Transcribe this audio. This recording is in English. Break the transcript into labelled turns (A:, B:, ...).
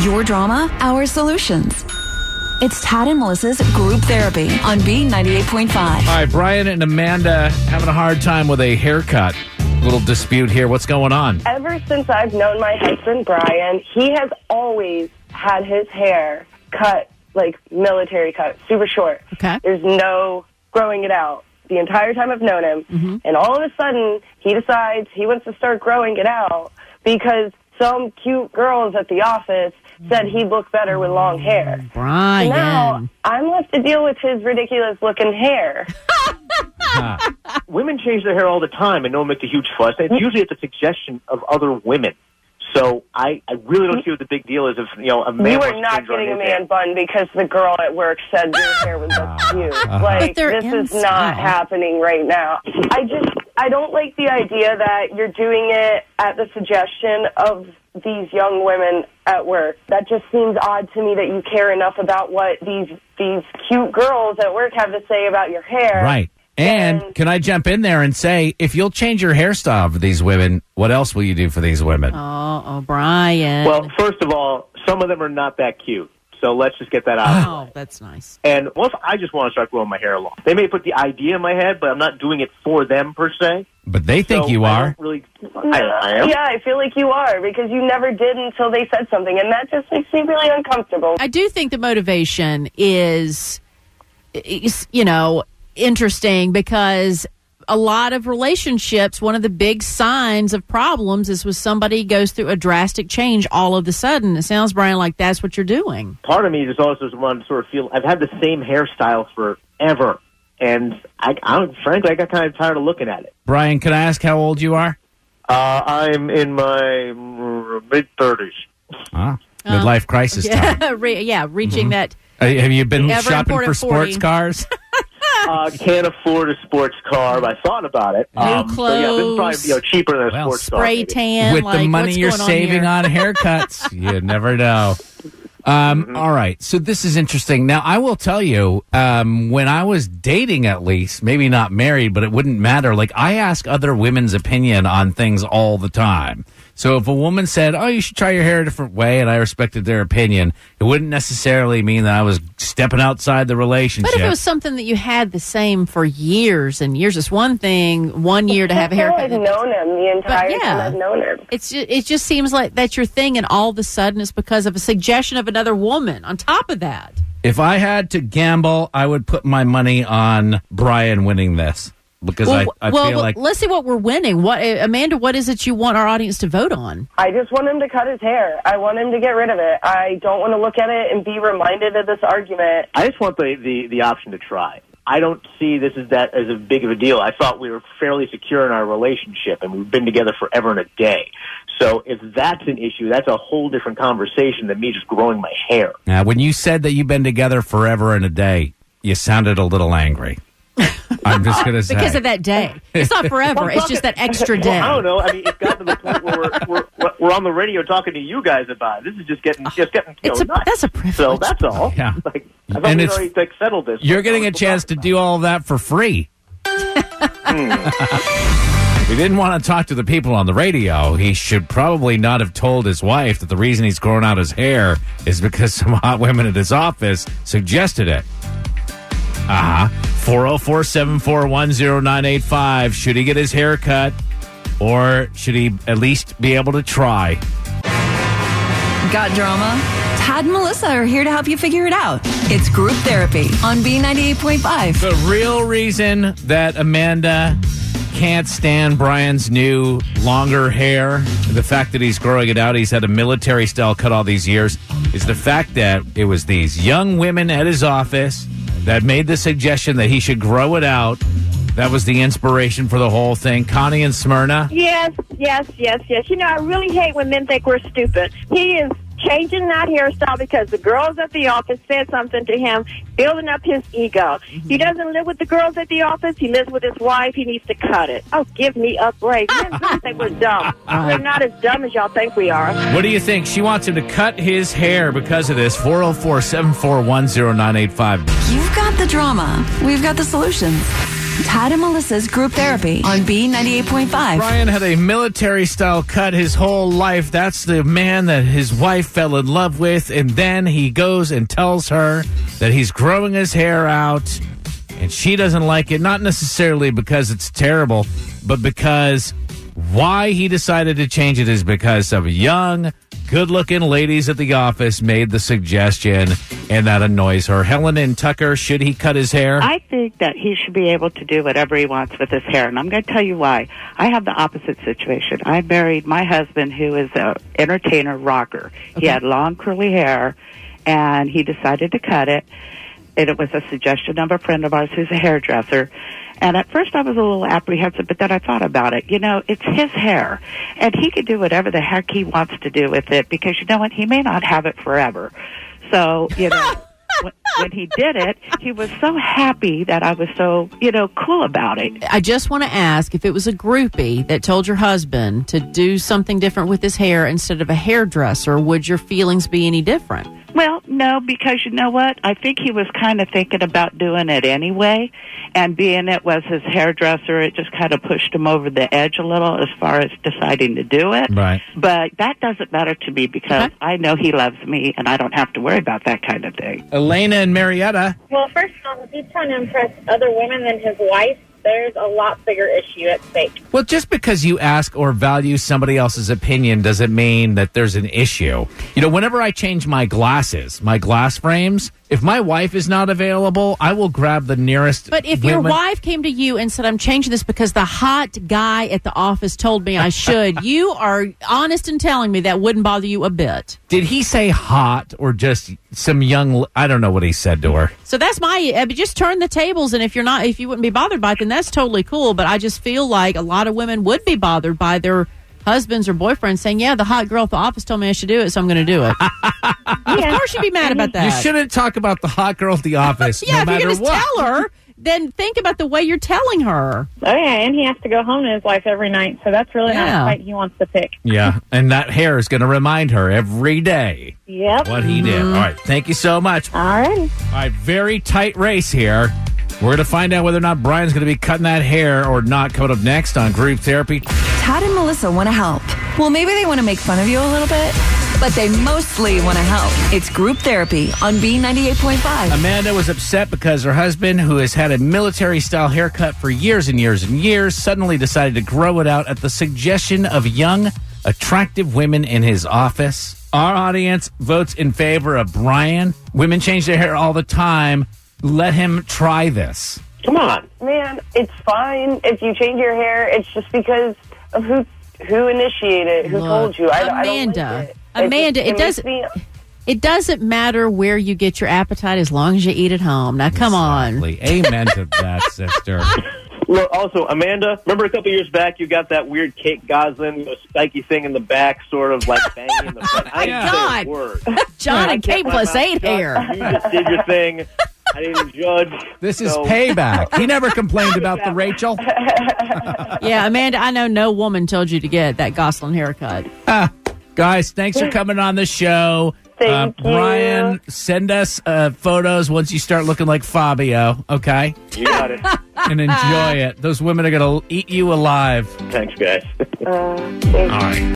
A: Your drama, our solutions. It's Tad and Melissa's group therapy on B98.5.
B: All right, Brian and Amanda having a hard time with a haircut. Little dispute here. What's going on?
C: Ever since I've known my husband, Brian, he has always had his hair cut like military cut, super short.
D: Okay.
C: There's no growing it out the entire time I've known him. And all of a sudden, he decides he wants to start growing it out because some cute girls at the office said he'd look better with long hair.
D: Brian.
C: Now, I'm left to deal with his ridiculous looking hair.
E: women change their hair all the time and no one makes a huge fuss. And it's
C: Mm-hmm.
E: usually at the suggestion of other women. So I, I really don't see what the big deal is if you know a man.
C: Mm-hmm. you
E: wants
C: are
E: to
C: not
E: change on
C: getting a
E: his hair.
C: man bun because the girl at work said your hair was look
E: Ah.
C: cute.
E: Uh-huh.
C: Like
D: But they're
C: this
D: in
C: is not
D: style.
C: happening right now. I just I don't like the idea that you're doing it at the suggestion of these young women at work. That just seems odd to me that you care enough about what these these cute girls at work have to say about your hair.
B: Right. And can I jump in there and say, if you'll change your hairstyle for these women, what else will you do for these women?
D: Oh, oh, Brian.
E: Well, first of all, some of them are not that cute. So let's just get that out. of the way.
D: oh, that's nice.
E: And what if I just want to start growing my hair long? They may put the idea in my head, but I'm not doing it for them per se.
B: But they think
E: So
B: you
E: I
B: are.
E: don't Really, I, I am.
C: Mm-hmm. Yeah, I feel like you are because you never did until they said something, and that just makes me really uncomfortable.
D: I do think the motivation is, is you know, interesting because a lot of relationships, one of the big signs of problems is when somebody goes through a drastic change all of a sudden. It sounds, Brian, like that's what you're doing.
E: Part of me just also just want to sort of feel I've had the same hairstyle forever, and I, I'm frankly I got kind of tired of looking at it.
B: Brian, can I ask how old you are?
E: Uh, I'm in my mid thirties.
B: Ah, midlife crisis time.
D: Re- Oh. yeah, reaching that.
B: Uh, Have you been
D: Ever
B: shopping for
D: important
B: sports
D: 40.
B: cars?
E: Uh, can't afford a sports car, but I thought about it. so yeah, this is probably
D: clothes.
E: you know, cheaper than a
B: Well,
E: sports car.
D: Spray
E: maybe.
D: tan.
B: With
D: like,
B: the money
D: what's
B: you're
D: going on
B: saving
D: here?
B: on, haircuts, you never know. Um, all right, so this is interesting. Now, I will tell you, um, when I was dating, at least, maybe not married, but it wouldn't matter. Like, I ask other women's opinion on things all the time. So if a woman said, "Oh, you should try your hair a different way," and I respected their opinion, it wouldn't necessarily mean that I was stepping outside the relationship.
D: But if it was something that you had the same for years and years, it's one thing one year to have a
C: I feel
D: haircut.
C: I've known him the entire
D: yeah.
C: time I've known him.
D: It's ju- it just seems like that's your thing, and all of a sudden it's because of a suggestion of another woman. On top of that,
B: If I had to gamble, I would put my money on Brian winning this because
D: well,
B: I, I
D: well,
B: feel
D: well,
B: like
D: let's see what we're winning. What uh, Amanda? What is it you want our audience to vote on?
C: I just want him to cut his hair. I want him to get rid of it. I don't want to look at it and be reminded of this argument.
E: I just want the, the, the option to try. I don't see this as that as a big of a deal. I thought we were fairly secure in our relationship and we've been together forever and a day. So if that's an issue, that's a whole different conversation than me just growing my hair.
B: Now, when you said that you've been together forever and a day, you sounded a little angry. I'm just going to say.
D: Because of that day, it's not forever. it's just that extra day.
E: Well, I don't know. I mean, it's gotten to the point where we're, we're, we're on the radio talking to you guys about it. This is just getting just getting you
D: It's
E: know,
D: a-
E: nuts.
D: that's a
E: So
D: privilege.
E: that's all.
B: Yeah.
E: Like, I
B: And
E: thought we
B: it's-
E: already like, settled this.
B: You're getting a chance to do all of that for free.
D: Hmm.
B: we didn't want to talk to the people on the radio. He should probably not have told his wife that the reason he's growing out his hair is because some hot women at his office suggested it. Uh huh. 404 741 0985. Should he get his hair cut or should he at least be able to try?
A: Got drama? Tad and Melissa are here to help you figure it out. It's group therapy on B98.5.
B: The real reason that Amanda can't stand Brian's new longer hair, the fact that he's growing it out, he's had a military style cut all these years, is the fact that it was these young women at his office that made the suggestion that he should grow it out. That was the inspiration for the whole thing. Connie and Smyrna.
F: Yes, yes, yes, yes. You know, I really hate when men think we're stupid. He is changing that hairstyle because the girls at the office said something to him, building up his ego.
G: Mm-hmm.
F: He doesn't live with the girls at the office. He lives with his wife. He needs to cut it. Oh, give me a break. Men really think we're dumb. We're not as dumb as y'all think we are.
B: What do you think? She wants him to cut his hair because of this. 404 741 0985.
A: You've got the drama. We've got the solutions. Tad and Melissa's group therapy on B98.5.
B: Brian had a military style cut his whole life. That's the man that his wife fell in love with. And then he goes and tells her that he's growing his hair out. And she doesn't like it, not necessarily because it's terrible, but because why he decided to change it is because some young, good looking ladies at the office made the suggestion, and that annoys her. Helen and Tucker, should he cut his hair?
H: I think that he should be able to do whatever he wants with his hair, and I'm going to tell you why. I have the opposite situation. I married my husband, who is a entertainer rocker. He had long curly hair, and he decided to cut it. And it was a suggestion of a friend of ours who's a hairdresser. And at first, I was a little apprehensive, but then I thought about it. You know, it's his hair, and he could do whatever the heck he wants to do with it because you know what? He may not have it forever. So you know. when, when he did it, he was so happy that I was so, you know, cool about it.
D: I just want to ask if it was a groupie that told your husband to do something different with his hair instead of a hairdresser, would your feelings be any different?
H: Well, no, because you know what? I think he was kind of thinking about doing it anyway, and being it was his hairdresser, it just kind of pushed him over the edge a little as far as deciding to do it.
B: Right.
H: But that doesn't matter to me because
D: Okay.
H: I know he loves me, and I don't have to worry about that kind of thing.
B: Elena and Marietta.
G: Well, first of all, if he's trying to impress other women than his wife, there's a lot bigger issue at stake.
B: Well, just because you ask or value somebody else's opinion doesn't mean that there's an issue. You know, whenever I change my glasses, my glass frames, if my wife is not available, I will grab the nearest.
D: But if your
B: women-
D: wife came to you and said, I'm changing this because the hot guy at the office told me I should, you are honest in telling me that wouldn't bother you a bit.
B: Did he say hot or just some young. l- I don't know what he said to her.
D: So that's my. I mean, just turn the tables, and if you're not, if you wouldn't be bothered by it, then that's totally cool. But I just feel like a lot of women would be bothered by their husbands or boyfriends saying, "Yeah, the hot girl at the office told me I should do it, so I'm going to do it." Of course, you'd be mad about that.
B: You shouldn't talk about the hot girl at the office.
D: Yeah,
B: no
D: if
B: matter
D: you're going to
B: what.
D: tell her, then think about the way you're telling her.
G: Oh yeah, and he has to go home to his wife every night, so that's really
D: Yeah.
G: not a fight he wants to pick.
B: Yeah, and that hair is going to remind her every day
G: Yep.
B: what he did. All right, thank you so much.
G: All right.
B: All right, very tight race here. We're going to find out whether or not Brian's going to be cutting that hair or not. Coming up next on Group Therapy.
A: Tad and Melissa want to help. Well, maybe they want to make fun of you a little bit, but they mostly want to help. It's group therapy on B98.5.
B: Amanda was upset because her husband, who has had a military style haircut for years and years and years, suddenly decided to grow it out at the suggestion of young, attractive women in his office. Our audience votes in favor of Brian. Women change their hair all the time. Let him try this.
E: Come on.
C: Man, it's fine if you change your hair. It's just because of who who initiated, who
D: Look,
C: told you. I, I don't like
D: Amanda.
C: it.
D: Amanda,
C: just-
D: it
C: makes
D: doesn't-
C: me-
D: It doesn't matter where you get your appetite as long as you eat at home. Now, come on.
B: Exactly. Amen to that, sister.
E: Well, also, Amanda, remember a couple years back you got that weird Kate Goslin, you know, spiky thing in the back, sort of like banging in the front. I didn't say
D: God.
E: a word.
D: John and Kate plus eight
E: Shut-
D: hair.
E: You just did your thing. I didn't judge.
B: This is
E: So-
B: payback. He never complained about the Rachel.
D: Yeah, Amanda, I know no woman told you to get that Goslin haircut.
B: Guys, thanks for coming on the show. Uh,
C: Thank you.
B: Brian, send us uh, photos once you start looking like Fabio, okay?
E: You got it.
B: And enjoy it. Those women are going to eat you alive.
E: Thanks, guys.
B: All right.